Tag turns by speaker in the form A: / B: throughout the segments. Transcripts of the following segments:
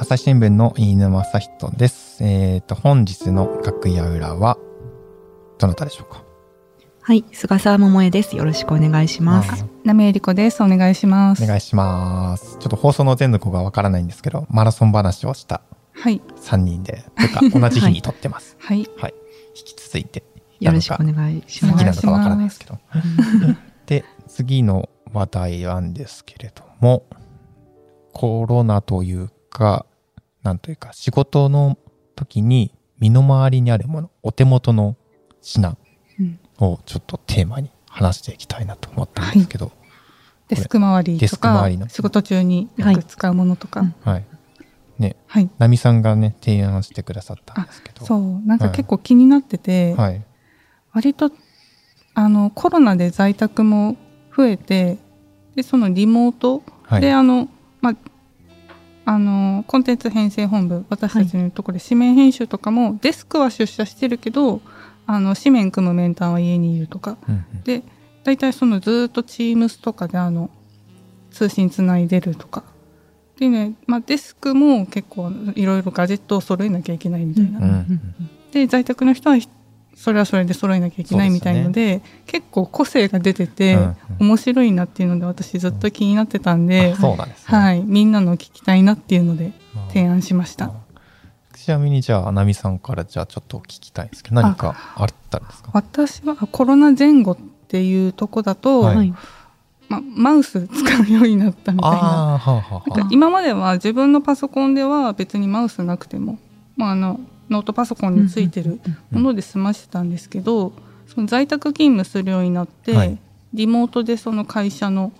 A: 朝日新聞の飯沼正人です。えっ、ー、と、本日の楽屋裏は、どなたでしょうか
B: はい、菅沢桃江です。よろしくお願いします。
C: 波江理子です。お願いします。
A: お願いします。ちょっと放送の前後がわからないんですけど、マラソン話をした3人で、はい、 とか同じ日に撮ってます。
C: はい、
A: はい。引き続いて、
B: よろしくお願いします。
A: 好きなのかわからないですけど。で、次の話題なんですけれども、コロナというか、なんというか、仕事の時に身の回りにあるもの、お手元の品をちょっとテーマに話していきたいなと思ったんですけど。はい、
C: デスク周りとか、仕事中によく使うものとか。
A: はい。ね、はい、ナミさんがね、提案してくださったんですけど。
C: そう、なんか結構気になってて、はい、割と、あの、コロナで在宅も増えて、で、そのリモートで、あの、まあ、あのコンテンツ編成本部私たちのところで紙面編集とかも、はい、デスクは出社してるけどあの紙面組むメンターは家にいるとか、うんうん、で大体そのずっと Teams とかであの通信つないでるとかでね、まあ、デスクも結構いろいろガジェットを揃えなきゃいけないみたいな、うんうん、で在宅の人はそれはそれで揃えなきゃいけないみたいので、ね、結構個性が出てて、うんうん、面白いなっていうので私ずっと気になってたんで、
A: うんんでね、
C: はい、みんなの聞きたいなっていうので提案しました。
A: ちなみにじゃあ、なみさんからじゃあちょっと聞きたいんですけど、何かあったんですか
C: 私はコロナ前後っていうとこだと、はい、ま、マウス使うようになったみたいな。はあはあ、今までは自分のパソコンでは別にマウスなくても、まあ、あの、ノートパソコンについてるもので済ましてたんですけど、その在宅勤務するようになって、はい、リモートでその会社の、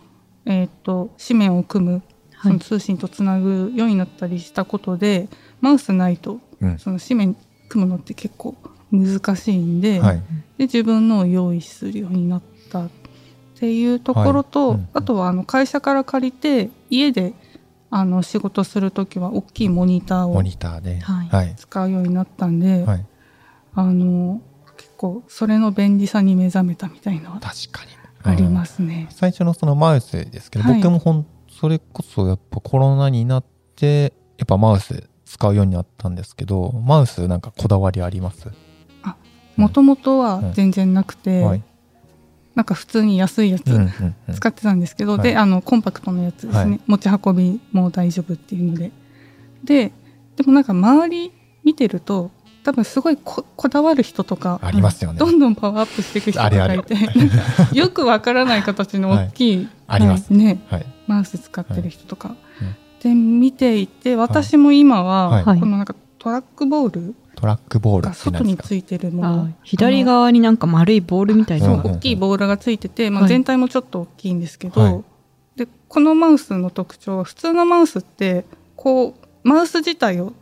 C: えーと、と紙面を組む、その通信とつなぐようになったりしたことで、はい、マウスないと、その紙面組むのって結構難しいんで,はい、で自分のを用意するようになったっていうところと、あとはあの会社から借りて家であの仕事する時は大きいモニターを
A: モニターで、
C: はい、使うようになったんで、はい、あの結構それの便利さに目覚めたみたいな
A: 確かに
C: ありますね、
A: うん、最初のそのマウスですけど、はい、僕もほんそれこそやっぱコロナになってやっぱマウス使うようになったんですけどマウスなんかこだわりあります
C: あもともとは全然なくて、うんうん、なんか普通に安いやつ使ってたんですけど、で、あのコンパクトのやつですね、はい、持ち運びも大丈夫っていうのでででもなんか周り見てると多分すごいこだわる人とか
A: ありますよね
C: どんどんパワーアップしていく人とかいて よくわからない形の大きい、はい、
A: あります
C: ね、はい、マウス使ってる人とか、で見ていて私も今は、このなんかトラックボール、
A: トラックボール
C: 外についてるもの
B: 左側になんか丸いボールみたいな
C: 大きいボールがついてて、まあ、全体もちょっと大きいんですけど、はい、でこのマウスの特徴は普通のマウスってこうマウス自体を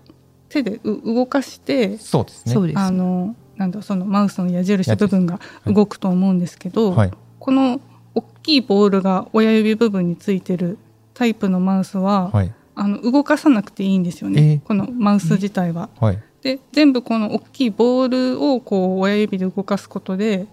C: 手で動かして
A: そうですね
C: あのなんだそのマウスの矢印部分が動くと思うんですけど、はい、この大きいボールが親指部分についてるタイプのマウスは、はい、あの動かさなくていいんですよね、えー、このマウス自体は。はいで全部この大きいボールをこう親指で動かすことで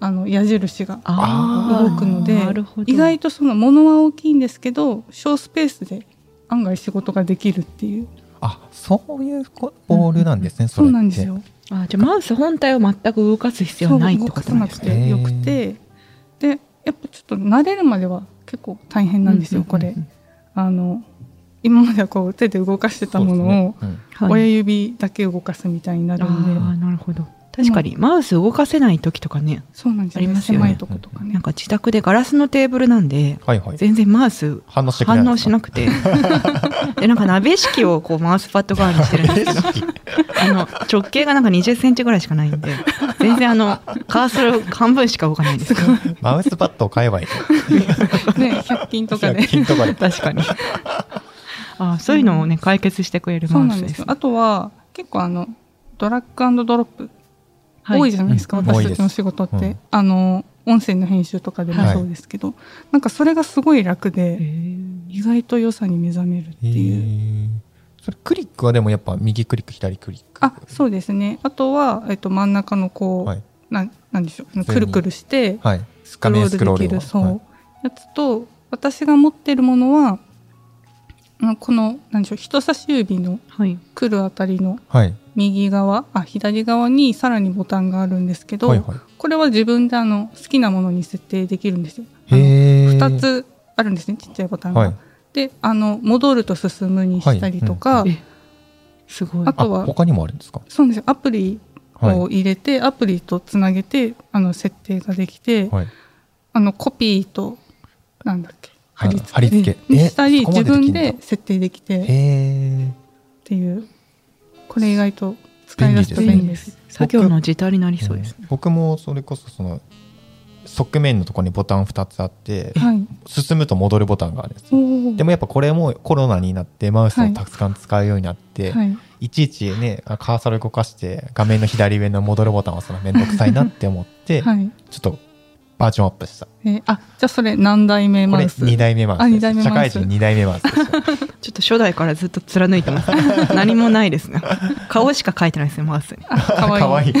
C: あの矢印が動くので意外とその物は大きいんですけど小スペースで案外仕事ができるっていう
A: あそういうボールなんですね、うん、
C: そうなんですよ
B: あじゃあマウス本体を全く動かす必要ないってことなんですね
C: 動かさなくてよくてでやっぱちょっと慣れるまでは結構大変なんですよ、これ。あの今まではこう手で動かしてたものを、ねうん、親指だけ動かすみたいになるんで、
B: はい、なるほど確かにマウス動かせない時とかね
C: そうなんですよ、ね、ありますよね狭いとことかね
B: なんか自宅でガラスのテーブルなんで、はいはい、全然マウス
A: 反応し
B: 反応しなく てでなんか鍋敷きをこうマウスパッド代わりにしてるんですけどあの直径がなんか20センチぐらいしかないんで全然あのカーソル半分しか動かないんです
A: マウスパッドを買えばいい
C: ね100均 とかで
A: 均とかで
B: 確かにあそういうのをね、うん、解決してくれるマウスです、ね,、
C: あとは結構あのドラッグドロップ、はい、多いじゃないですか、うん、私たちの仕事って、うん、あの音声の編集とかでもそうですけど、はい、なんかそれがすごい楽で意外と良さに目覚めるっていう。
A: それクリックはでもやっぱ右クリック左クリック
C: あそうですねあとは、えっと、真ん中のこう、はい、ななんでしょうくるくるして、はい、スクロールできるそう、やつと私が持ってるものはこの何でしょう人差し指の
B: はい。
C: 来るあたりの
A: はい。
C: 右側、あ左側にさらにボタンがあるんですけど、
A: はいは
C: これは自分であの好きなものに設定できるんですよ。
A: い。へえ。
C: 2。つあるんですねちっちゃいボタンが。
A: はい。
C: であの戻ると進むにしたりとか、
B: はいうんえすごい
C: あ。
A: あ、
C: とは
A: 他にもあるんですか
C: そうですよアプリ
A: は
C: を入れて、アプリとつなげてあの設定ができて、
A: い。はい。
C: あのコピーとなんだっけ貼り付け
A: 貼り付け
C: に
A: え
C: したり
A: そこまででき
C: 自分
A: んだ
C: で設定できて
A: へ
C: っ
A: え。
C: ていうこれ意外と使い出すと
A: 便利
C: 便利です。
B: 作業の時短になりそうですね。
A: ん僕もそれこそその側面のところにボタン2つあって
C: はい、
A: 進むと戻るボタンがあるんです
C: お
A: よ
C: ー
A: でもやっぱこれもコロナになってマウスをたくさん使うようになって、、
C: はいい、
A: ちいちねカーソル動かして画面の左上の戻るボタンはその面倒くさいなって思って、
C: はい
A: ちょっとバージョンアップしたこ
C: えーあじゃあそれ何代目マ
A: れ
C: ウス
A: 2代目マウス
C: あ二代
A: で
C: 目
A: す
C: マウス
A: 社会人2代目マウスでした
B: ちょっと初代からずっと貫いて ます。何もないですね。顔しか書いてないですね、マウスに。
C: あかわいい
A: かわいい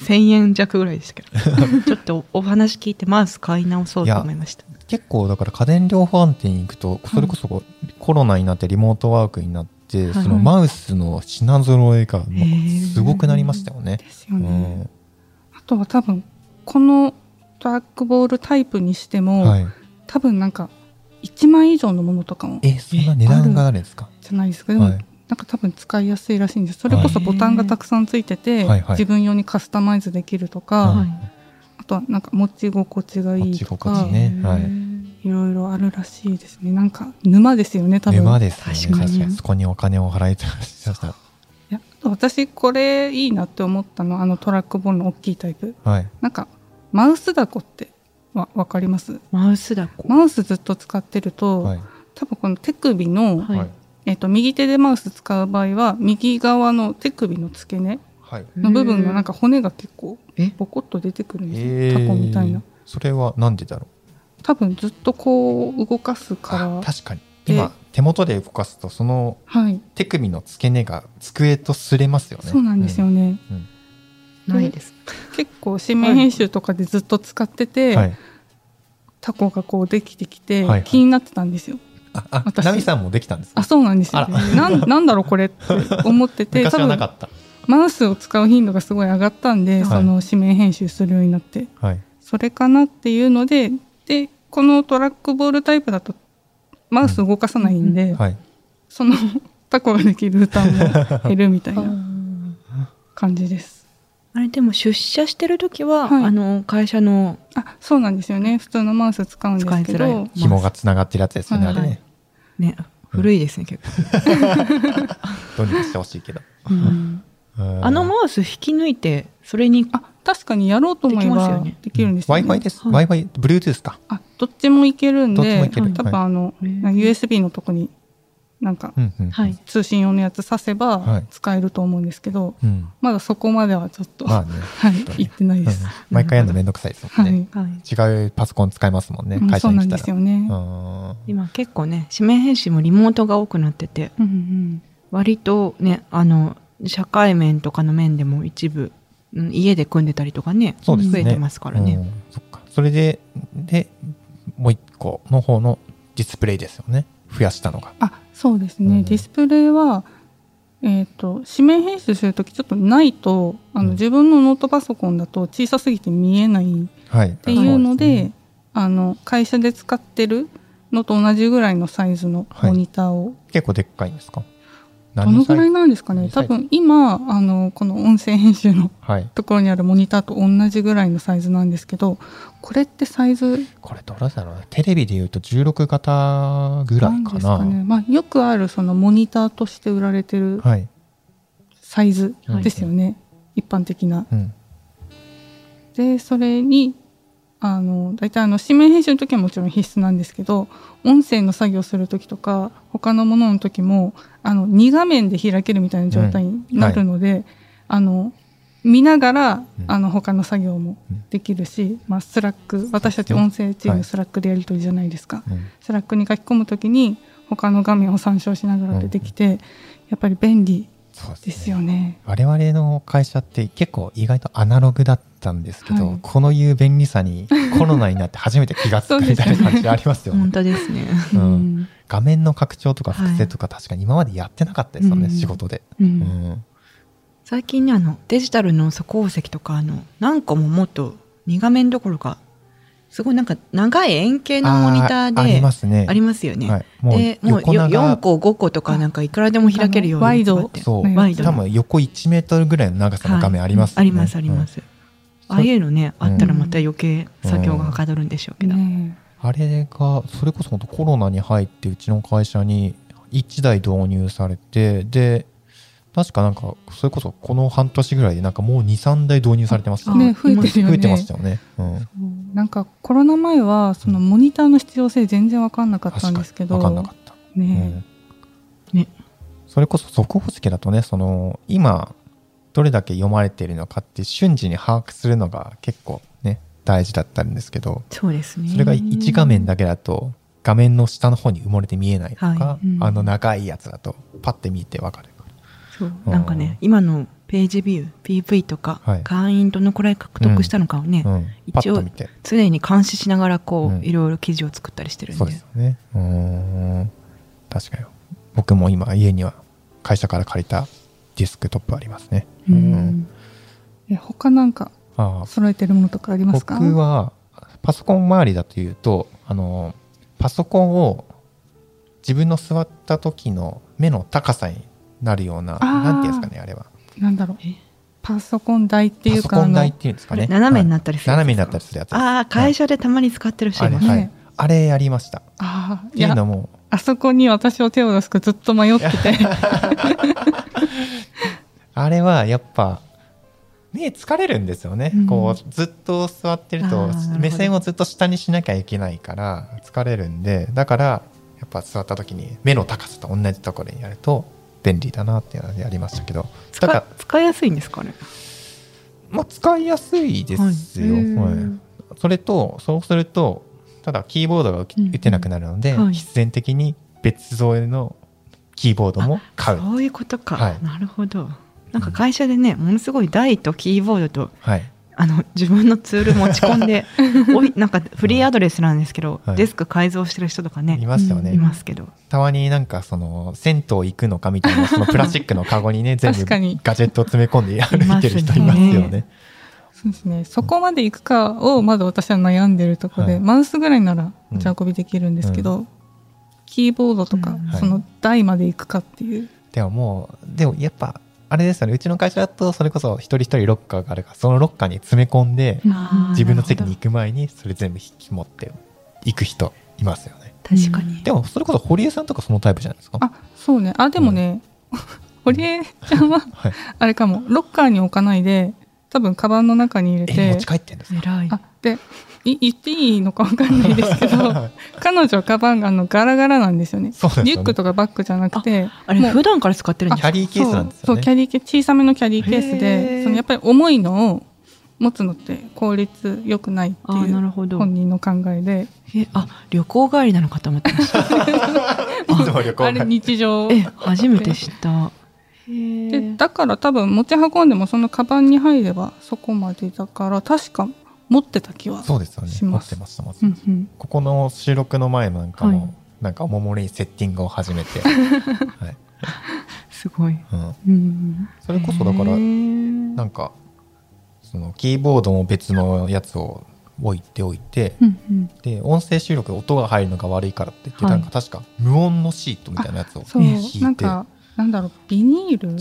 B: 1000円弱ぐらいでした けど。ちょっとお話聞いてマウス買い直そうと思いました。
A: 結構だから家電量販店に行くとそれこそこうコロナになってリモートワークになって、
B: い
A: そのマウスの品揃えがもうすごくなりましたよね。
C: ですよ
A: う
C: ね、
A: ん
C: あとは多分このトラックボールタイプにしても、
A: はい、
C: 多分なんか1万以上のものとかもじ
A: えそんな値段があるんですか、
C: ゃないですけど、
A: は
C: でも
A: い、
C: なんか多分使いやすいらしいんですそれこそ
B: はい
C: ボタンがたくさんついてて、
A: はいはい
C: 自分用にカスタマイズできるとか、
B: は
A: はいい
C: あとはなんか持ち心地がいいと
A: 持ち
C: か
A: 心地ねはい
C: いろいろあるらしいですねなんか沼ですよね多分
A: 沼ですよね
B: 確かに
A: 確かにそこにお金を払いてました
C: いやあと私これいいなって思ったのはあのトラックボールの大きいタイプ
A: はい
C: なんかマウスだこってわわかります
B: マウスだこ。
C: マウスずっと使ってると、
A: はい
C: 多分この手首の、
B: はい
A: はい
C: えっと右手でマウス使う場合は右側の手首の付け根
A: はい
C: の部分のなんか骨が結構
B: え
C: ボコッと出てくるんです
A: え
C: よタコ
A: ー
C: みたいな
A: それはなんでだろう
C: 多分ずっとこう動かす
A: あ
C: から
A: 確かに
C: で
A: 今手元で動かすとその
C: はい
A: 手首の付け根が机と擦れますよね
C: そうなんですよね、
B: ないです。
C: 結構紙面編集とかでずっと使ってて、
A: はい
C: タコがこうできてきて、
A: はいはい
C: 気になってたんですよ
A: ああ
C: 私
A: ナミさんもできたんですか
C: あそうなんですよ、ね
A: あ、
C: なんなんだろうこれって思ってて
A: 昔
C: 多
A: はなか
C: 分
A: った
C: マウスを使う頻度がすごい上がったん
A: は
C: で、
A: い
C: その紙面編集するようになって
A: はい
C: それかなっていうのででこのトラックボールタイプだとマウス動かさないんで、
A: はい
C: そのタコができる負担も減るみたい
B: あ
C: な
B: ー
C: 感じです。
B: あれでも出社してる時は、
C: はい
B: あの会社の
C: あそうなんですよね普通のマウス使うんで
B: 使い
C: すけ
B: づらいマウ
C: ど
B: ス
A: 紐がつながってるやつですよね、
C: はい
A: あれね
B: ね古いですね結構、
A: どうにかしてほしいけど
B: うん
A: うん
B: あのマウス引き抜いてそれに
C: あ確かにやろうと思え
B: できますよ
C: ば
B: ね
C: できるんですよね。
A: Wi-Fi です、
B: はい
A: Wi-Fi Bluetooth か
C: あどっちもいけるん
A: どっちも
C: で
A: いけ
B: る
C: 多分あの、
B: はい
C: なんか USB のとこになんか
A: うんうん
B: はい
C: 通信用のやつ挿せ
A: は
C: ば
A: い
C: 使えると思うんですけど、
A: うん
C: まだそこまではちょっと、
A: まあね
C: はい行ってないです。
A: うん毎回やるのめんどくさいですもん
C: は
A: ね、
C: い
B: はい
A: 違うパソコン使いますもんね、
C: うん
A: 会社に来たら
C: そうなんですよね。
A: うん
B: 今結構ね紙面編集もリモートが多くなってて
C: うんうん
B: 割とねあの社会面とかの面でも一部うん家で組んでたりとかね
A: そうです
B: 増
A: ね
B: えてますからね、
A: うんそっかそれででもう一個の方のディスプレイですよね増やしたのが
C: あそうですね、
A: うん
C: ディスプレイは、えー、と紙面編集するときちょっとないとあ
A: うん
C: の自分のノートパソコンだと小さすぎて見えないっ
A: はいって
C: いうので,、あの会社で使ってるのと同じぐらいのサイズのモニターを、
A: 結構でっかいんですか
C: どのぐらい
A: の
C: なんですかね
A: 何サ
C: 多
A: イズ
C: 分今あのこの音声編集の
A: はい
C: ところにあるモニターと同じぐらいのサイズなんですけどこれってサイズ
A: これどれだろうなテレビでいうと16型ぐら
C: ないん
A: か
C: で
A: な
C: すかねまあ、よくあるそのモニターとして売られてる
A: はい、
C: サイズですよね、一般的な。
A: うん、
C: でそれにあの大体あの紙面編集の時はもちろん必須なんですけど音声の作業する時とか他のものの時もあの2画面で開けるみたいな状態になるので、あの見ながら、
A: うん
C: あの他の作業も
A: うん
C: できるし、まあ、スラック私たち音声チームスラックでやり取りじゃないですか、
A: うん
C: スラックに書き込む時に他の画面を参照しながらってできて、やっぱり便利
A: そうですね
C: ですよね。
A: 我々の会社って結構意外とアナログだっったんですけど、はい、このいう便利さ にコロナになって初めて気が付くみたいな感じありますよね。
B: 本当ですね、、
A: うん、画面の拡張とか複製とか、確かに今までやってなかったですよね、はい、仕事で。うん
B: 最近ねあのデジタルの素鉱石とかあの何個ももっと2画面どころかすごいなんか長い円形のモニターであ
A: りますね。
B: ありますよね。はい、もでもう4個5個とかなんかいくらでも開けるように
C: ワイド
A: そうワイド多分横1メートルぐらいの長さの画面あります、
B: ね、はいうん、ありますあります。うん、ああいうのねあったらまた余計作業がはかどるんでしょうけど。うん
A: あれがそれこそ本当コロナに入ってうちの会社に1台導入されてで確かなんかそれこそこの半年ぐらいでなんかもう23台導入されてます
C: ね、ね、増えてるよね、
A: 増えてましたよね、うん
C: なんかコロナ前はそのモニターの必要性全然分かんなかったんですけど
A: 分かんなかった
C: ね,
A: うん、ねそれこそ速報式だとねその今どれだけ読まれているのかって瞬時に把握するのが結構ね大事だったんですけど
B: そうですね
A: それが1画面だけだと画面の下の方に埋もれて見えないとか、はいうん、あの長いやつだとパッて見て分かる
B: なんかね、今のページビュー PV とか、はい、会員どのくらい獲得したのかをね、うんうん、一応常に監視しながらこう、うん、いろいろ記事を作ったりしてるんで
A: そうですねうん確かに僕も今家には会社から借りたディスクトップありますねうん、
C: うん、他なんか揃えてるものとかありますか
A: 僕はパソコン周りだというとあのパソコンを自分の座った時の目の高さになるような、なんていうんですかね、あれは。
C: なんだろう。パソコン台っていうか。
A: パソコン台っていうんですかね。
B: 斜めになったりする、
A: 斜めになったりするやつ。
B: ああ、会社でたまに使ってる人いますね。
A: あれやりました。
C: ああ、
A: っていうのも。
C: あそこに私を手を出すかずっと迷ってて。
A: あれはやっぱ。目疲れるんですよね、こうずっと座ってると目線をずっと下にしなきゃいけないから疲れるんでだからやっぱ座った時に目の高さと同じところにやると便利だなっていうのでありましたけど
B: だから使いやすいんですかね
A: まあ使いやすいですよ、はい、それとそうするとただキーボードが打てなくなるので、うんはい、必然的に別添えのキーボードも買う
B: そういうことか、はい、なるほどなんか会社でね、うん、ものすごい台とキーボードと、あの自分のツール持ち込ん でおいなんかフリーアドレスなんですけど、うんはい、デスク改造してる人とかね
A: いますよね、
B: いますけど
A: たまになんかその銭湯行くのかみたいなそのプラスチックのカゴに ね全部ガジェット詰め込んで歩いてる人いますよね。
C: そうですね、そこまで行くかをまだ私は悩んでるとこで、はい、マウスぐらいなら持ち運びできるんですけど、うん、キーボードとか、うん、その台まで行くかっていう。はい、
A: でももうでもやっぱあれですよねうちの会社だとそれこそ一人一人ロッカーがあるからそのロッカーに詰め込んで自分の席に行く前にそれ全部引き持って行く人いますよね
B: 確かに
A: でもそれこそ堀江さんとかそのタイプじゃないですか
C: あそうねあでもね、うん、 堀江ちゃんは、あれかもロッカーに置かないで多分カバンの中に入れて
A: 持ち帰ってんです
B: 偉い
C: あでい言っていいのか分かんないですけ ど彼女カバンがあのガラガラなんですよね、ね、リュックとかバッグじゃなくて
B: あれ普段から使ってるん
A: ですキャリーケースなんです
C: よ、ね、そうキャリーケ小さめのキャリーケースでそのやっぱり重いのを持つのって効率よくないっていう本人の考えで
B: えあ旅行帰りなのかと思ってました
C: あれ日常
B: え初めて知った
C: でだから多分持ち運んでもそのカバンに入ればそこまでだから確か持ってた気は
A: そうですよね持ってました持ってました、うんうん、ここの収録の前なんかも、はい、なんかおもむろにセッティングを始めて、はい、
B: すごい、
A: うん、それこそだからなんかそのキーボードも別のやつを置いておいて、うんうん、で音声収録音が入るのが悪いからって言って、はい、なんか確か無音のシートみたいなやつを引
C: いてなんだろうビニール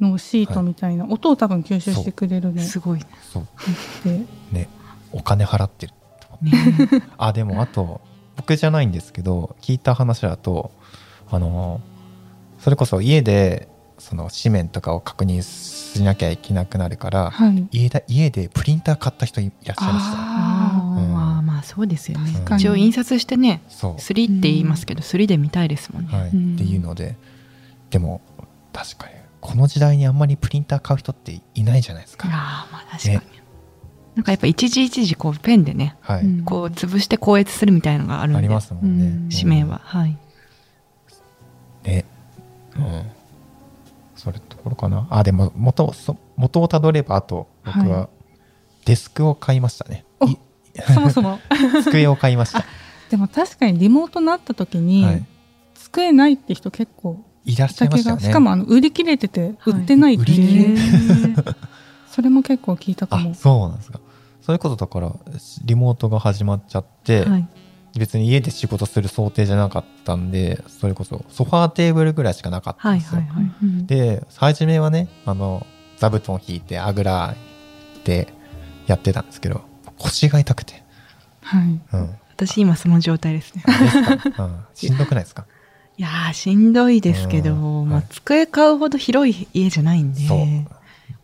C: のシートみたいな、はい、音を多分吸収してくれるね
B: すごい
A: そうでねお金払ってるねあでもあと僕じゃないんですけど聞いた話だとあのそれこそ家でその紙面とかを確認しなきゃいけなくなるから、はい、家だ家でプリンター買った人いらっしゃいました。
B: あ、うん、まあそうですよね一応印刷してね「すり」って言いますけど「すり」で見たいですもんね。
A: はい、っていうのででも確かにこの時代にあんまりプリンター買う人っていないじゃないですか。
B: あまあ確かに、ねなんかやっぱ一時一時こうペンでね、はい、こう潰して校閲するみたいのがあるんで
A: ありますもんね、
B: 紙面は、はい。
A: ね、うん、それところかなあでも元そ元をたどればあと僕はデスクを買いま したね。
C: そもそも
A: 机を買いました。
C: でも確かにリモートになった時に、はい、机ないって人結構
A: いらっしゃいましたね。
C: しかもあの売り切れてて売ってないっていう、 はい、それも結構聞いたかも。
A: そうなんですか。そういうことだからリモートが始まっちゃって、はい、別に家で仕事する想定じゃなかったんでそれこそソファーテーブルぐらいしかなかったんですよ。で初めはねあの座布団引いてあぐらでやってたんですけど腰が痛くて、
B: はい、うん、私今その状態ですね
A: です、うん、しんどくないですか
B: いやしんどいですけど、まあ、机買うほど広い家じゃないんで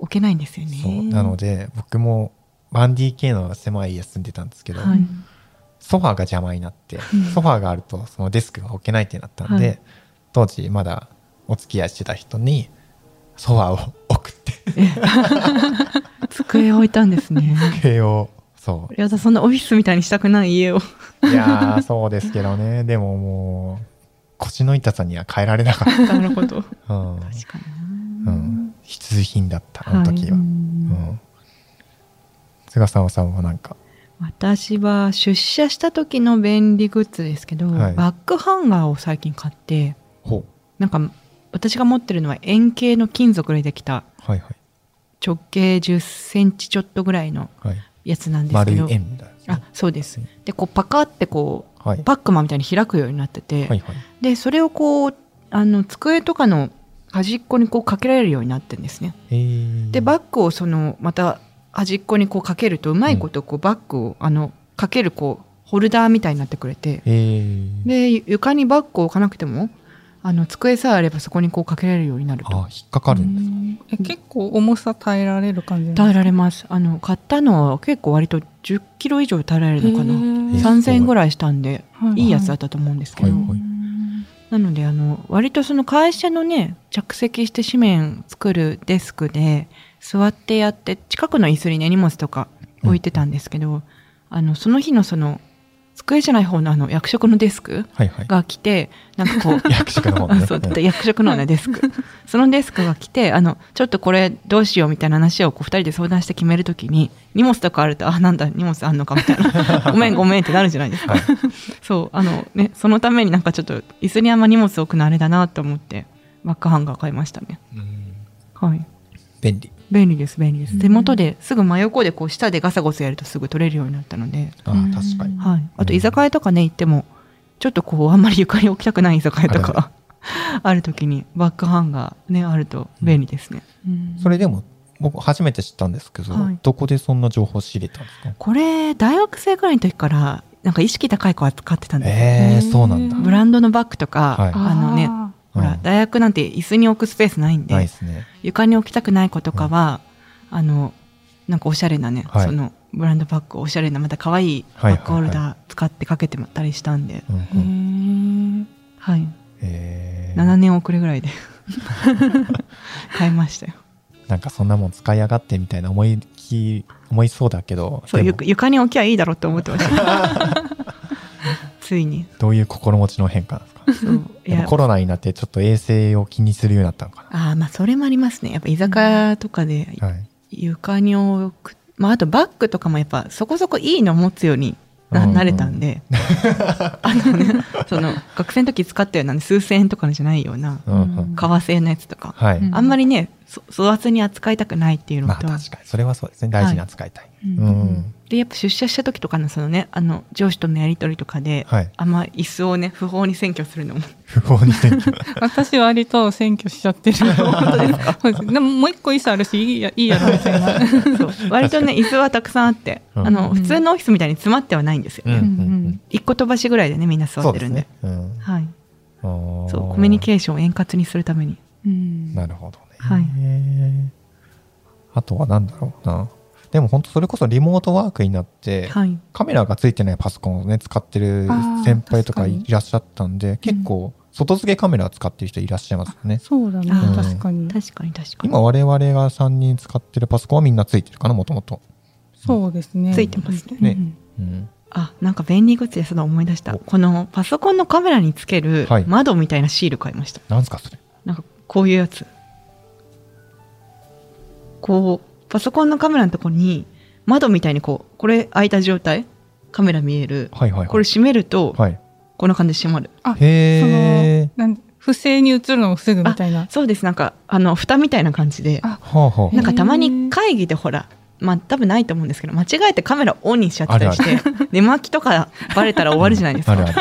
B: 置けないんですよね
A: なので僕も 1DK の狭い家住んでたんですけど、はい、ソファーが邪魔になって、ソファーがあるとそのデスクが置けないってなったんで、はい、当時まだお付き合いしてた人にソファーを送って
B: 机を置いたんですね
A: 机をそう
B: いやだそんなオフィスみたいにしたくない家を
A: いやそうですけどねでももう腰の痛さには変えられなかった
B: なるほど、うん、 確か
A: に、うん、必需品だったあの時は、はい、うん、菅沢さんは何か
B: 私は出社した時の便利グッズですけど、はい、バックハンガーを最近買ってほなんか私が持ってるのは円形の金属でできた、はいはい、直径1 0ンチちょっとぐらいの、はいやつなんですけど、
A: ね、
B: あそうですでこうパカってこう、はい、パックマンみたいに開くようになってて、はいはい、でそれをこうあの机とかの端っこにこうかけられるようになってるんですねでバッグをそのまた端っこにこうかけるとうまいことこう、うん、バッグをあのかけるこうホルダーみたいになってくれてで床にバッグを置かなくてもあの机さえあればそこにこうかけられるようになると
A: あ引っかかるん
C: ですかえ結構重さ耐えられる感じ
B: 耐えられますあの買ったのは結構割と1 0キロ以上耐えられるのかな3,000円ぐらいしたんで、はい、いいやつだったと思うんですけど、はいはい、なのであの割とその会社のね着席して紙面作るデスクで座ってやって近くの椅子にね荷物とか置いてたんですけど、うん、あのその日のその机じゃない方のあの役職のデスクが来て、はいはい、なんかこ
A: う役職の方、
B: ね、そう役職の、ね、デスク そのデスクが来てあのちょっとこれどうしようみたいな話をこう2人で相談して決めるときに荷物とかあるとあなんだ荷物あんのかみたいな ごめんごめんってなるじゃないですか、はい、 そうあのねそのためになんかちょっと椅子にあんま荷物置くのあれだなと思ってバックハンガー買いましたねはい
A: 便利
B: 便利です便利です手元ですぐ真横でこう下でガサゴサやるとすぐ取れるようになったので
A: あ確かに、
B: はい、あと居酒屋とかね行ってもちょっとこうあんまり床に置きたくない居酒屋とか ある時にバックハンガーねあると便利ですね、
A: うん、それでも僕初めて知ったんですけど、はい、どこでそんな情報仕入れたんですか
B: これ大学生ぐらいの時からなんか意識高い子扱ってたんです
A: えー、そうなんだ
B: ブランドのバッグとか、はい、あのねほら、うん、大学なんて椅子に置くスペースないんで、
A: ね、
B: 床に置きたくない子とかは、うん、あのなんかおしゃれなね、はい、そのブランドバッグおしゃれなまた可愛いバッグホルダー使ってかけてたりしたんで、はい、えー、7年遅れぐらいで買いましたよ。
A: なんかそんなもん使いやがってみたいな思いき思いそうだけど
B: そう床に置きゃいいだろうって思ってましたついに
A: どういう心持ちの変化なんですかそういやコロナになってちょっと衛生を気にするようになったのか
B: なあまあそれもありますねやっぱ居酒屋とかで床に置く、まあ、あとバッグとかもやっぱそこそこいいの持つようにな,、慣れたんで、うん、あのねその学生の時使ったような、ね、数千円とかのじゃないような、革製のやつとか、はい、あんまりね粗雑に扱いたくないっていうのと、
A: まあ、確かにそれはそうですね大事に扱いたい、うん
B: でやっぱ出社した時とかのそのねあの上司とのやり取りとかで、はい、あんま椅子をね不法に占拠する のも
A: 不法に占拠
C: 私は割と占拠しち ゃってる 本当でももう一個椅子あるしいいやいいやろみ たいな
B: 割とね椅子はたくさんあって、うん、あの普通のオフィスみたいに詰まってはないんですよね、うん、一個飛ばしぐらいでねみんな座ってるんで、ねうん、はいそうコミュニケーションを円滑にするために、
A: なるほどね、はい、あとは何だろうなでも本当それこそリモートワークになって、はい、カメラがついてないパソコンをね使ってる先輩とかいらっしゃったんで結構外付けカメラ使ってる人いらっしゃいますよね。
C: そうだね、うん、確かに
B: 確かに確か
A: に。今我々が3人使ってるパソコンはみんなついてるかなもともと。
C: そうですね。
B: ついてますね。ねうん、あなんか便利グッズでその思い出したこのパソコンのカメラにつける窓みたいなシール買いました。
A: はい、なんすかそれ
B: なんかこういうやつ。こうパソコンのカメラのとこに窓みたいにこうこれ開いた状態カメラ見える、
A: はいはいはい、
B: これ閉めると、
A: はい、
B: こんな感じで閉まる
C: あ
A: へー
C: そのなん不正に映るのを防ぐみたいな
B: そうですなんかあの蓋みたいな感じで
C: あ
A: はあは
B: なんかたまに会議でほらまあ多分ないと思うんですけど間違えてカメラオンにしちゃってたりして寝巻きとかバレたら終わるじゃないです
A: あ
B: か
A: るある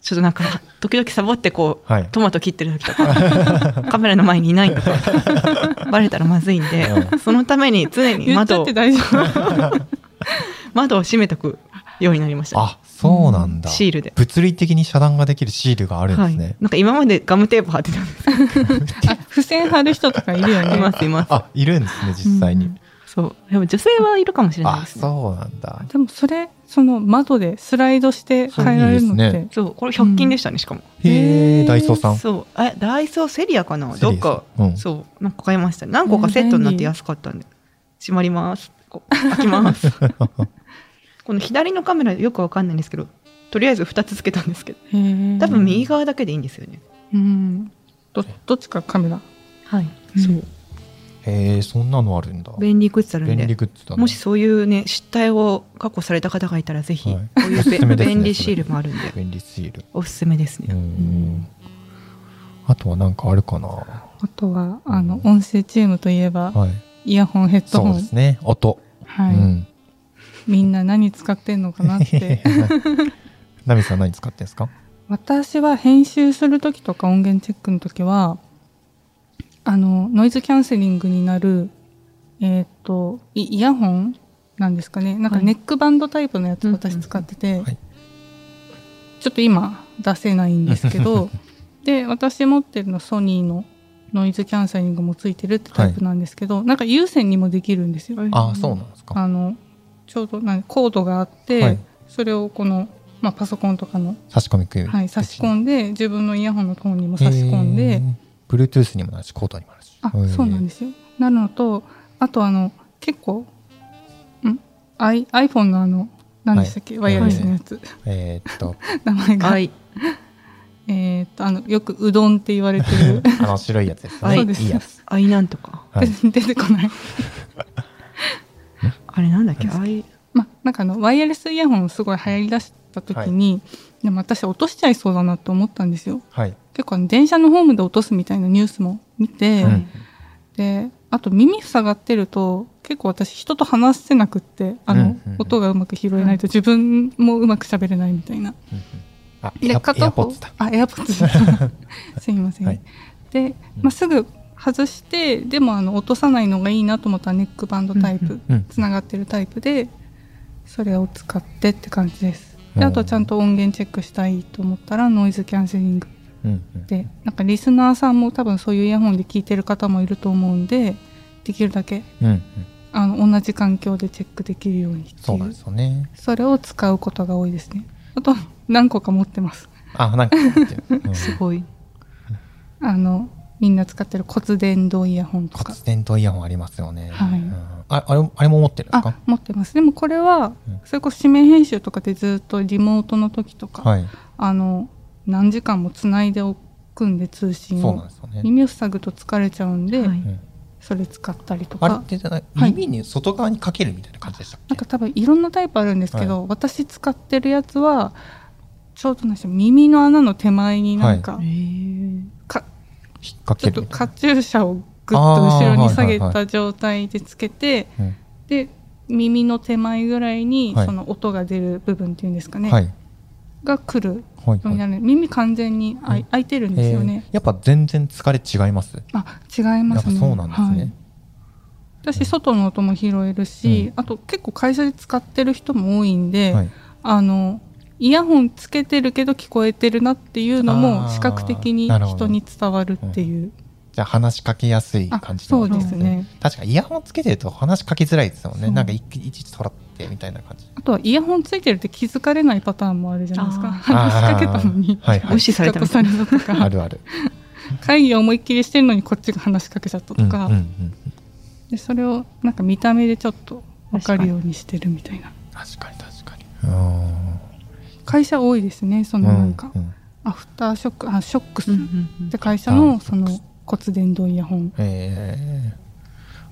B: ちょっとなんか時々サボってこう、
A: はい
B: トマト切ってる時とか カメラの前にいないとか バレたらまずいんで、
A: う
B: そのために常に
C: 言っち
B: 窓
C: ゃ
B: を
C: って大丈夫
B: 窓を閉めとくようになりました
A: あそうなんだ、
B: シールで。
A: 物理的に遮断ができるシールがあるんで
B: は
A: す
B: い、
A: ね、
B: なんか今までガムテープ貼ってたんです
C: あ付箋貼る人とかいるよ
B: い
C: ね
B: ますいます
A: あいるんですね実際に、
C: うん
B: そうでも女性はいるかもしれない
A: あ
B: です、ね、
A: そうなんだ
C: でもそれその窓でスライドして変えられるの
A: そ
C: っ
A: れいい
C: て
A: で
B: そうこれ100均でしたね、しかも
A: へ
C: へ
A: え
C: ー
A: ダイソーさん
B: そうえダイソーセリアかな
A: セ
B: ど
A: リ
B: っか
A: アさんうん
B: そうなんか買いました何個かセットになって安かったんで閉まりますこう開きます この左のカメラよくわかんないんですけどとりあえず2つつけたんですけど
C: へー
B: 多分右側だけでいいんですよね、
C: うんどどっちかカメラ
B: はい
C: そ
B: そう
A: へえそんなのあるんだ
B: 便利グッズあるん
A: 便利
B: で
A: グッズだ、ね、
B: もしそういうね失態を確保された方がいたらぜひ、
A: はい
B: こうい
A: おすすめで
B: う
A: す
B: べ
A: ね
B: 便利シールもあるんで
A: 便利シール
B: おすすめです
A: う
B: ね、
A: んあとはなんかあるかなは
C: あとはあの音声チームといえば
A: い
C: イヤホンヘッド
A: そ
C: ホ
A: う
C: ン、
A: ですね音、
C: はい
A: うん
C: みんな何使ってんのかなって
A: ナミさん何使ってんですか
C: 私は編集する時とか音源チェックの時はあのノイズキャンセリングになるえっ、とイイヤホンなんですかねなんか
B: はい
C: ネックバンドタイプのやつ
B: うんうん
C: 私使って
A: は
C: て、
A: い
C: ちょっと今出せないんですけどで私持ってるのソニーのノイズキャンセリングもついてるってタイプなんですけど、なんか有線にもできるんですよ。
A: あそうなんですか
C: あのちょうどなんコードがあって、
A: はい
C: それをこの、まあ、パソコンとかの
A: 差し込みく
C: はい、差し込
A: ん
C: んで自分のイヤホンの方にも差し込んで
A: Bluetooth にもなるしコードにもなるし
C: あそうなん
A: す
C: ですよなるのとあとあの結構ん I iPhone のあの何でしたっけ、
A: はい
C: ワイヤレスのやつ、
A: えーっと
C: 名前が、
B: はい
C: えーっとあのよくうどんって言われて る
A: あの白いやつですね、、
B: はいい
A: いやつ、
B: 愛なんとか
A: はい、
C: 出てこない
B: あれなんだっけ愛
C: まあなんかあのワイヤレスイヤホンすごい流行りだした時に、でも私落としちゃいそうだなと思ったんですよ
A: はい、
C: 結構あの電車のホームで落とすみたいなニュースも見て、
A: うん
C: であと耳塞がってると結構私人と話せなくってあの、
A: うんうんうん
C: 音がうまく拾えないと自分もうまく喋れないみたいな。
A: うんうんあ
C: で
A: エアエアポッツ だ
C: あエアポ ッツだすいません。
A: はい
C: で、まあ、すぐ外してでもあの落とさないのがいいなと思ったらネックバンドタイプ、
A: うんうん
C: つながってるタイプでそれを使ってって感じです。
A: うん
C: であとちゃんと音源チェックしたいと思ったらノイズキャンセリング
A: うんうん
C: でなんかリスナーさんも多分そういうイヤホンで聞いてる方もいると思うんでできるだけ
A: うんうん
C: あの同じ環境でチェックできるようにっていう
A: そうなんですよね
C: それを使うことが多いですねあと何個か持ってます
A: あ なんか持ってる、うん、
B: すごい
C: あのみんな使ってる骨伝導イヤホンとか
A: 骨伝導イヤホンありますよね、
C: はい
A: うんああれあれも持ってるんです
C: あ
A: か
C: 持ってますでもこれは
A: うん
C: それこそ紙面編集とかでずっとリモートの時とか、
A: はい
C: あの何時間もつないでおくんで通信
A: そうなん
C: を
A: ですよね、
C: 耳を塞ぐと疲れちゃうんで、
B: はい
A: うん
C: それ使ったりと
A: あれ
C: か
A: ってじゃない
C: はい
A: 耳に外側にかけるみたいな感じでしたっけ
C: なんか多分いろんなタイプあるんですけど、私使ってるやつはちょうどなんでしょう耳の穴の手前になんか,、
B: えー
C: か
A: 引っ掛
C: ちょ
A: け
C: っと
A: るみたい
C: カチューシャをぐっと後ろに
A: あーは
C: 下げ
A: いはいは
C: た状態でつけて、
A: な、
C: で耳の手前ぐらいに
A: はい
C: その音が出る部分っていうんですか
A: うん
C: ね、
A: はい
C: が来る
A: はい
C: ように
A: は
C: ないる耳完全にあい、
A: うん
C: 開いてるんですよね、
A: えーやっぱ全然疲れ違います
C: あ違い
A: や
C: ま
A: っ
C: す
A: ぱ
C: ね
A: そうなんです
C: は
A: ね
C: い、私外の音も拾えるし、あと結構会社で使ってる人も多いんで、
A: はい
C: あのイヤホンつけてるけど聞こえてるなっていうの
A: あ
C: も
A: ー
C: 視覚的に
A: なるほど
C: 人に伝わるっていう
A: じゃあ話しかけやすい感じの
C: あそうですね
A: 確かにイヤホンつけてると話しかけづらいですもんね
C: そう
A: なんかいちいちいちとらってみたいな感じ
C: あとはイヤホンついてるって気づかれないパターンもあるじゃないです
B: あ
C: か
B: ー
C: 話しかけたのに
A: あーはいはい
B: 無視されたみたい
C: ちょっとされたとか
A: あるある
C: 会議を思いっきりしてるのにこっちが話しかけちゃったとか、
A: うんうんうん、
C: でそれをなんか見た目でちょっと分かるようにしてるみたいな
A: 確かに確かにうーん
C: 会社多いですねそのなんか、
A: うんうん
C: アフターショックあショックス
B: うんう
C: っ
B: んうん
C: て会社
A: ア
C: の
A: フター
C: そ
A: ショック
C: の骨伝導イヤホン
A: え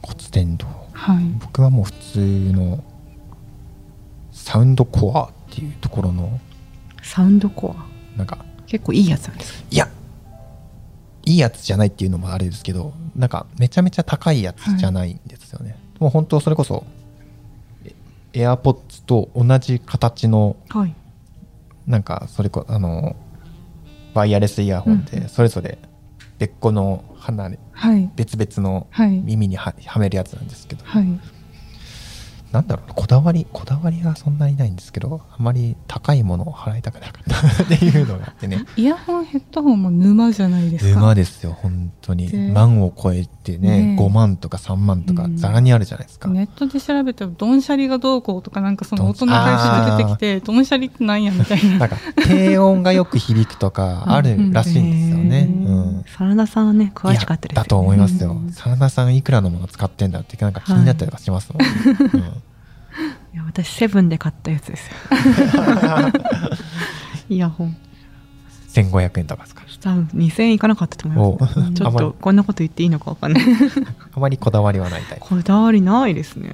A: ー、骨伝導
C: はい
A: 僕はもう普通のサウンドコアっていうところの
B: サウンドコ
A: アなんか
B: 結構いいやつなんです
A: いやいいやつじゃないっていうのもあれですけどなんかめちゃめちゃ高いやつじゃないんですよね、はい、もう本当それこそ AirPods と同じ形の、
B: はい、
A: なんかそれこあのワイヤレスイヤホンでそれぞれ別個の離れ、
C: はい、
A: 別々の耳には,、はめるやつなんですけど、
C: はい、
A: なんだろうこだわりこだわりがそんなにないんですけどあまり高いものを払いたくなかったっていうのがあってね
C: イヤホンヘッドホンも沼じゃないですか、
A: 沼ですよ本当に万を超えてねね5万とか3万とかざらにあるじゃないですか、うん
C: ネットで調べてもドンシャリがどうこうとかなんかその音の会社出てきてドンシャリってなんやみたいな
A: なんか低音がよく響くとかあるらしいんですよね、うん、
B: 真田さんはね詳しかったです
A: だと思いますよ、うん、真田さんいくらのもの使ってんだってなんか気になったりとかしますもん、ね、はい
B: いや私セブンで買ったやつ ですよ イヤホン
A: 1500円とかですか
B: 多分2000円いかなかったと思います、ね、ちょっとこんなこと言っていいのか分かんない
A: あまりこだわりはない タイプ
B: こだわりないですね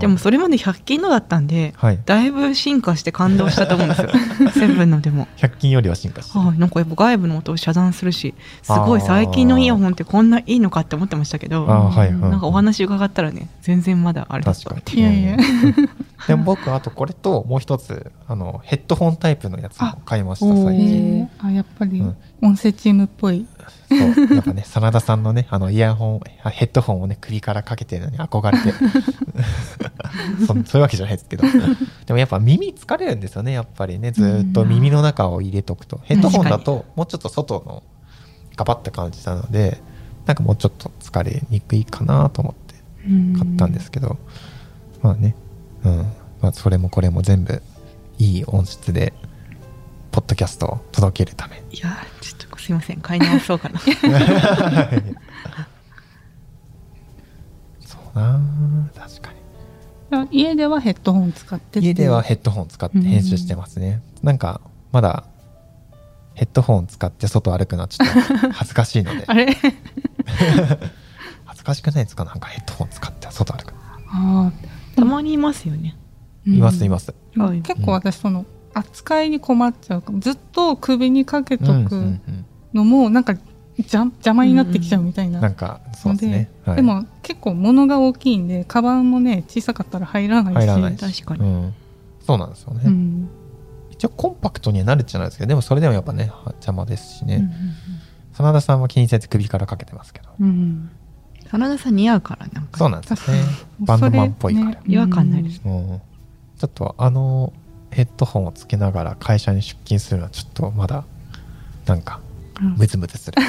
B: でもそれまで100均のだったんで、はい、だいぶ進化して感動したと思うんですよ セブンのでも
A: 100均よりは進化して
B: はい、あ、なんかやっぱ外部の音を遮断するしすごい最近のイヤホンってこんないいのかって思ってましたけど、
A: はい、
B: なんかお話伺ったらね全然まだあれだ
A: った
B: っていやいや
A: でも僕あとこれともう一つあのヘッドホンタイプのやつも買いました最近
C: あやっぱり、うん、音声チームっぽい
A: そうやっぱね 真田さんのねあのイヤホンヘッドホンをね首からかけてるのに憧れて そそういうわけじゃないですけどでもやっぱ耳疲れるんですよねやっぱりねずっと耳の中を入れとくと、ヘッドホンだともうちょっと外のガバって感じなのでなんかもうちょっと疲れにくいかなと思って買ったんですけど、まあねうんまあ、それもこれも全部いい音質でポッドキャストを届けるため
B: いやちょっとすいません買い直そうかな
A: そうな確かに
C: 家ではヘッドホン使って
A: 家ではヘッドホン使って編集してますね、うん、なんかまだヘッドホン使って外歩くのはちょっと恥ずか しいので恥ずかしくないですかなんかヘッドホン使って外歩く
C: あ
B: あたまにいますよね。
A: いますいます。
C: うん、結構私その扱いに困っちゃうかも。ずっと首にかけとくのもなんか邪魔になってきちゃうみたいな、うん
A: うん、なんかそうですね。
C: はい、でも結構物が大きいんでカバンもね小さかったら入らないし。
A: ない
B: し確かに、うん、
A: そうなんですよね。うん、一応コンパクトにはなるじゃないですけど、でもそれでもやっぱね邪魔ですしね。うんうんうん、真田さんは気にせず首からかけてますけど。
B: うん真田さん似合うからなんか
A: そうなんですねバンドマンっぽいから、ね、
B: 違和感ないです、
A: うん、ちょっとあのヘッドホンをつけながら会社に出勤するのはちょっとまだなんかムズムズ する、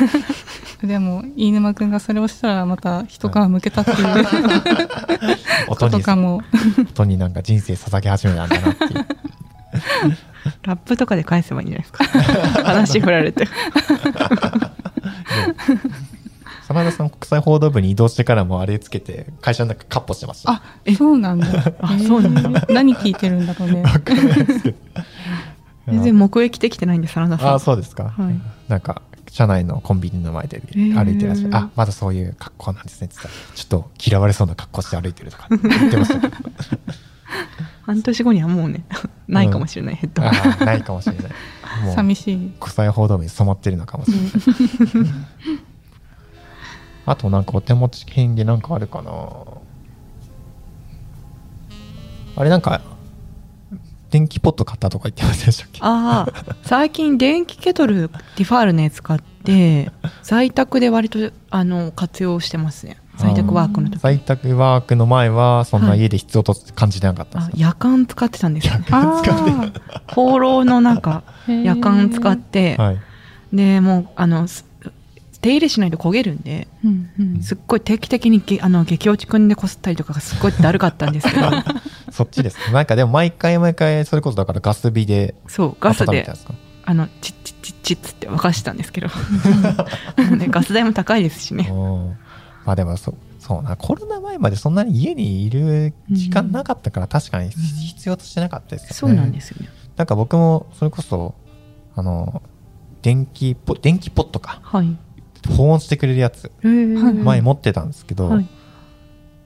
C: うん、でも飯沼君がそれをしたらまた一皮むけたっていう、 はい、
A: 音にかも音になんか人生捧げ始めたんだなって いう
B: ラップとかで返せばいいんじゃないですか話振られて
A: 真田さん国際報道部に移動してからもあれつけて会社の中カッポしてま した
C: あそうなんだあそうなんだ何聞いてるんだろうね
B: 全然目撃できてないんで真田さん
A: あそうですか、はい、なんか社内のコンビニの前で歩いてらっしゃる、えー、あまだそういう格好なんですねって言ったらちょっと嫌われそうな格好して歩いてるとか言ってました
B: 半年後にはもうねないかもしれない、うん、ヘッド
A: ホンないかもしれない
C: 寂し い
A: 国際報道部に染まってるのかもしれない あとなんかお手持ち品でなんかあるかなあれなんか電気ポット買ったとか言ってませんでしたっけ
B: ああ最近電気ケトルティファールのやつ買って在宅で割とあの活用してますね在宅ワークの時
A: 在宅ワークの前はそんな家で必要と感じてなかったんです
B: か、はい、夜間使ってたんですよ、ね、
A: 夜間使って
B: た放浪の中夜間使って、はい、でもうあの手入れしないと焦げるんで、
C: うんうん、
B: すっごい定期的にあの激落ちくんでこすったりとかがすごいだるかったんですけど
A: そっちですなんかでも毎回毎回それこそだからガス火で
B: そうガスであのチッチッチッチッつって沸かしたんですけど、 ね、ガス代も高いですしね
A: まあでもそうそうなコロナ前までそんなに家にいる時間なかったから、うん、確かに必要としてなかったです
B: よね、そうなんですよね
A: なんか僕もそれこそあの電気ポ電気ポットか、
B: はい、
A: 保温してくれるやつ前持ってたんですけど、
B: はい、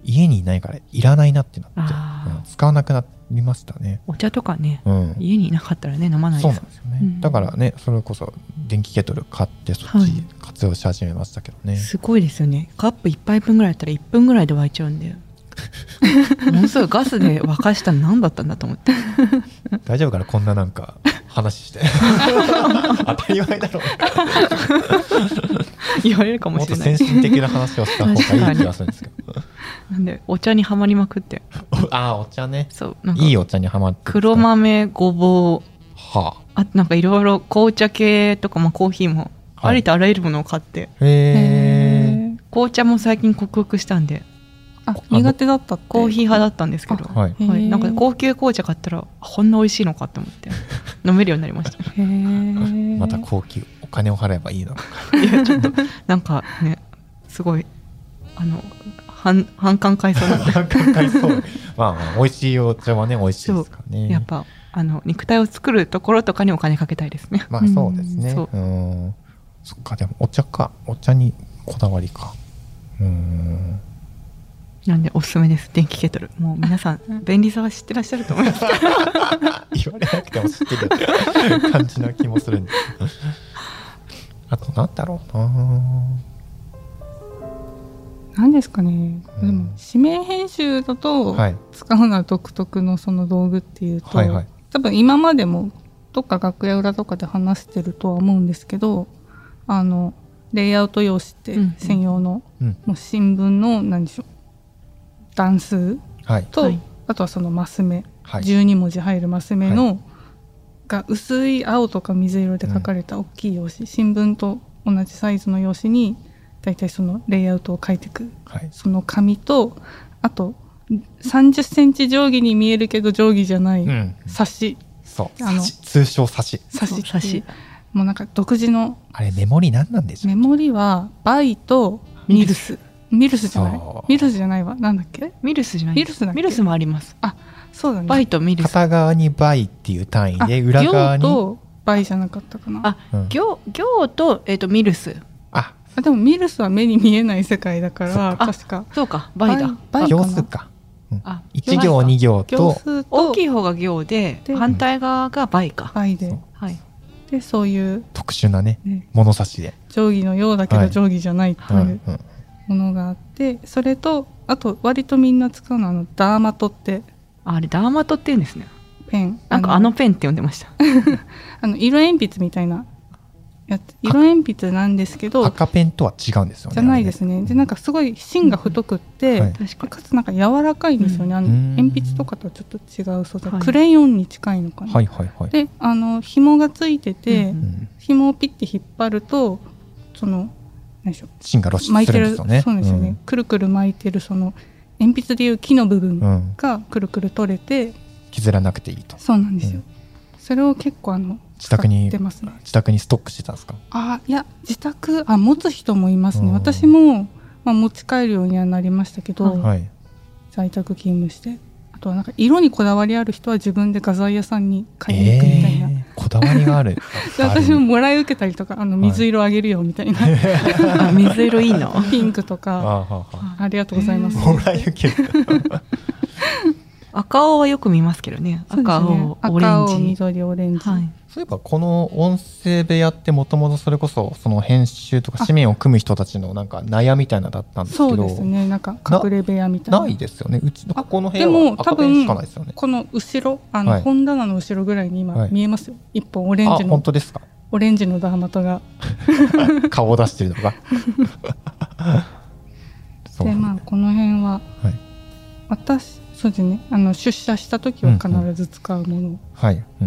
A: 家にいないからいらないなってなって、うん、使わなくなっりましたね
B: お茶とかね、うん、家にいなかったらね飲まない
A: ですそうなんですよね、うん、だからねそれこそ電気ケトル買ってそっち活用し始めましたけどね、はい、
B: すごいですよねカップ1杯分ぐらいやったら1分ぐらいで沸いちゃうんで ものすごいガスで沸かしたの何だったんだと思って
A: 大丈夫かなこんななんか話して当たり前だろう
B: 言われるかもしれない
A: もっと先進的な話をした方がいい気がするんですけど
B: なんでお茶にはまりまくって
A: ああお茶ね
B: そう
A: いいお茶にはまって
B: 黒豆ごぼ
A: うは
B: ああなんかいろいろ紅茶系とか、まあ、コーヒーも、はい、ありとあらゆるものを買って
A: へ
B: え紅茶も最近克服したんで
C: あ苦手だった
B: コーヒー派だったんですけど、、
A: はい、はい
B: なんか高級紅茶買ったらこんな美味しいのかって思って飲めるようになりました
C: へ
A: また高級お金を払えばいい のか
B: いやちょっとなんかねすごいあの反反感回想 なんで
A: 反感回想まあ、まあ、美味しいお茶はね美味しいですからね
B: やっぱあの肉体を作るところとかにお金かけたいですね
A: まあそうですねうんそっかでもお茶かお茶にこだわりかうん
B: なんでおすすめです電気ケトルもう皆さん便利さは知ってらっしゃると思います
A: 言われなくても知ってる感じな気もするんですあとなんだろうな
C: 何ですかね、うん、でも指名編集だと使うのは独特のその道具っていうと、はいはいはい、多分今までもどっか楽屋裏とかで話してるとは思うんですけどあのレイアウト用紙って専用の、うんうん、もう新聞の何でしょう段数と、はい、あとはそのマス目、はい、12文字入るマス目の、はい、が薄い青とか水色で書かれた大きい用紙、うん、新聞と同じサイズの用紙に大体そのレイアウトを書いていく、はい、その紙とあと3 0ンチ定規に見えるけど定規じゃない冊子、
A: うん、あの通称冊
C: 子冊子冊子もうなんか独自の
A: あれメモリ何なんでしょ
C: うメモリはバイとミルスミルスじゃないミルスじゃないわなんだっけ
B: ミルスじゃない
C: ミルスだ
B: ミルスもあります
C: あそうだね
B: バイとミルス
A: 片側にバイっていう単位で裏側に
C: とバイじゃなかったかな
B: あ、うん、行行と,、えーと、とミルス
A: あ
C: あでもミルスは目に見えない世界だから確か
B: そうかバイだ
A: バイ行数か、うん、あ1行2行と
B: 大きい方が行で反対側がバイか、
C: バイで
B: はい
C: でそういう
A: 特殊なねね物差しで
C: 定規のようだけど定規じゃないっていう、はいうんうんものがあってそれとあと割とみんな使うのはあのダーマトって
B: あれダーマトって言うんですね
C: ペン
B: なんかあのペンって呼んでました
C: あの色鉛筆みたいなやつ色鉛筆なんですけど
A: 赤ペンとは違うんですよね
C: じゃないですねでなんかすごい芯が太くって、うんはい、かつなんか柔らかいんですよね、あの鉛筆とかとはちょっと違う素材、はい、クレヨンに近いのかな、
A: はいはいはい、
C: であの紐がついてて、うん、紐をピッて引っ張るとその
A: 芯が露出するんですよね。
C: そうですよね、うん、くるくる巻いてるその鉛筆でいう木の部分がくるくる取れて、うん、
A: 削らなくていいと。
C: そうなんですよ。うん、それを結構あの
A: 自宅に、ね、自宅にストックしてたんですか。
C: あいや自宅あ持つ人もいますね。私もまあ持ち帰るようにはなりましたけど、
A: はい、
C: 在宅勤務して。あとはなんか色にこだわりある人は自分で画材屋さんに買いに行くみたいな、えー、
A: こだわりがある
C: 私ももらい受けたりとかあの水色あげるよみたいな、
B: はい、水色いいの
C: ピンクとかありがとうございます、え
A: ー、もらい受け
B: 赤青はよく見ますけどね赤青、ね、
C: オレンジ緑オレンジ、
B: はい、
A: そういえばこの音声部屋ってもともとそれこそその編集とか紙面を組む人たちのなんか悩みたいなだったんですけどそう
C: ですねなんか隠れ部屋みたいな
A: ないですよねうちのここの部屋は赤ペンしかないですよね
C: この後ろあの、はい、本棚の後ろぐらいに今見えますよ、はい、一本オレンジの
A: 本当ですか
C: オレンジのダーマトが
A: 顔を出してるのが
C: でまあこの辺は、はい、私そうですねあの出社した時は必ず使うもの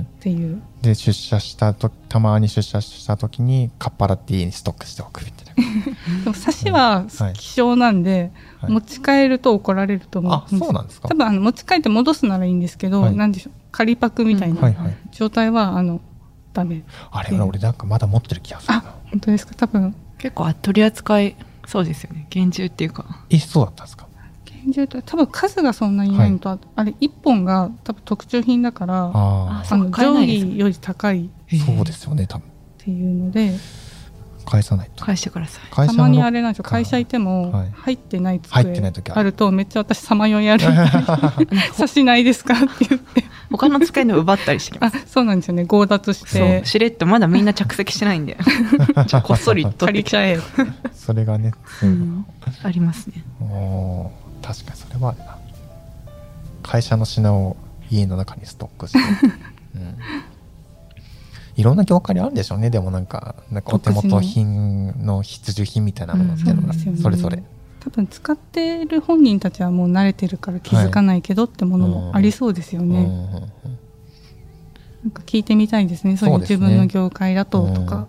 C: っていう、うんうんはいうん、
A: で出社したとたまに出社した時にカッパラティーにストックしておくみたいな
C: でもサシは希少なんで、 はい、持ち帰ると怒られると
A: う
C: 思
A: んです、はい、そうなんですか
C: 多分あの持ち帰って戻すならいいんですけど、はい、なんでしょう仮パクみたいな状態はあのダメ、
A: あれ俺なんかまだ持ってる気がするな
C: 本当ですか多分
B: 結構取り扱いそうですよね厳重っていうか
A: えそうだったんですか
C: 多分数がそんなにないのと、はい、あれ1本が多分特注品だからあの定規より高い
A: そうですよね多分
C: っていうので
A: 返さないと
B: 返してください
C: たまにあれなんですよ会社いても入ってない
A: 入ってない
C: 机
A: 時あ
C: あ
A: る
C: るとめっちゃ私さまよい歩 いて差しないですかって言って
B: 他の机の奪ったり してま
C: あ
B: す
C: そうなんですよね強奪し
A: そう
C: て
B: しれっとまだみんな着席してないんで ちょこっそり取
C: 借
B: り
C: りちゃえって
A: それがね
B: うん、ありますね
A: おー確かにそれはあるな会社の品を家の中にストッ クして、うん、いろんな業界にあるんでしょうねでもなんかなんかお手元品の必需品みたいなものっていうのが、
C: うんそうですよね
A: それぞれ
C: 多分使ってる本人たちはもう慣れてるから気づかないけどってものもありそうですよ
A: うん
C: ね、
A: うんうん
C: なんか聞いてみたいですねそうい
A: そう
C: う
A: ですね
C: 自分の業界だととか、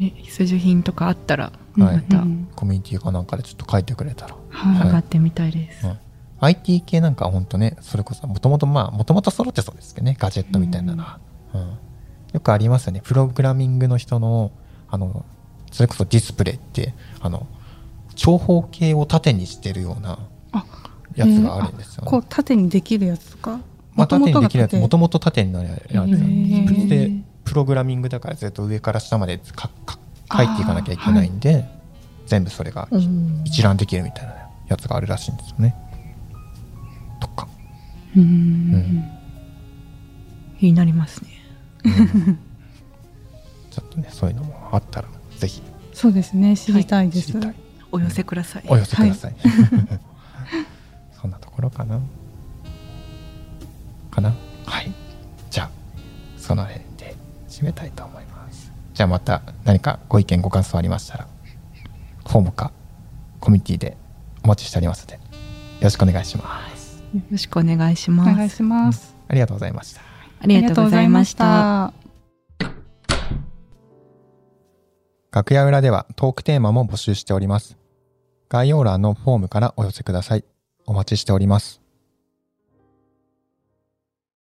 B: ね必需品とかあったら
A: はい
B: また
C: うん
A: コミュニティかなんかでちょっと書いてくれたら
C: はい
B: 伺ってみたいです、
A: うん IT 系なんかはほんとねそれこそもともとまあもともと揃ってそうですけどねガジェットみたいなのは、うんよくありますよねプログラミングの人のあのそれこそディスプレイってあの長方形を縦にしてるような
C: あ
A: やつがあるんですよね、
C: こう縦にできるやつとか
A: まあ、縦にできるやつ
C: 元々
A: も
C: が
A: ともと縦になるやつ
C: へー
A: でプログラミングだからずっと上から下までかか書いていかなきゃいけないんで、全部それが
B: うん
A: 一覧できるみたいなやつがあるらしいんですよね。とか。
C: うん
B: 気になりますね
A: ちょっとね、そういうのもあったら、ぜひ
C: そうですね知りたいで
A: 知
C: す、
A: りたい。
B: お寄せください
A: お寄せください。 そんなところかな。かな。はい。じゃあ、その辺で締めたいと思います。じゃあまた何かご意見、ご感想ありましたら、フォームかコミュニティでお待ちしておりますので、よろしくお願いします。
B: よろしくお願いし
C: お
B: ます
C: 願いします
A: ありがとうございました。
B: ありがとうございまし
C: ありがとうござい
B: た
C: ました
A: 楽屋裏ではトークテーマも募集しております。概要欄のフォームからお寄せください。お待ちしております。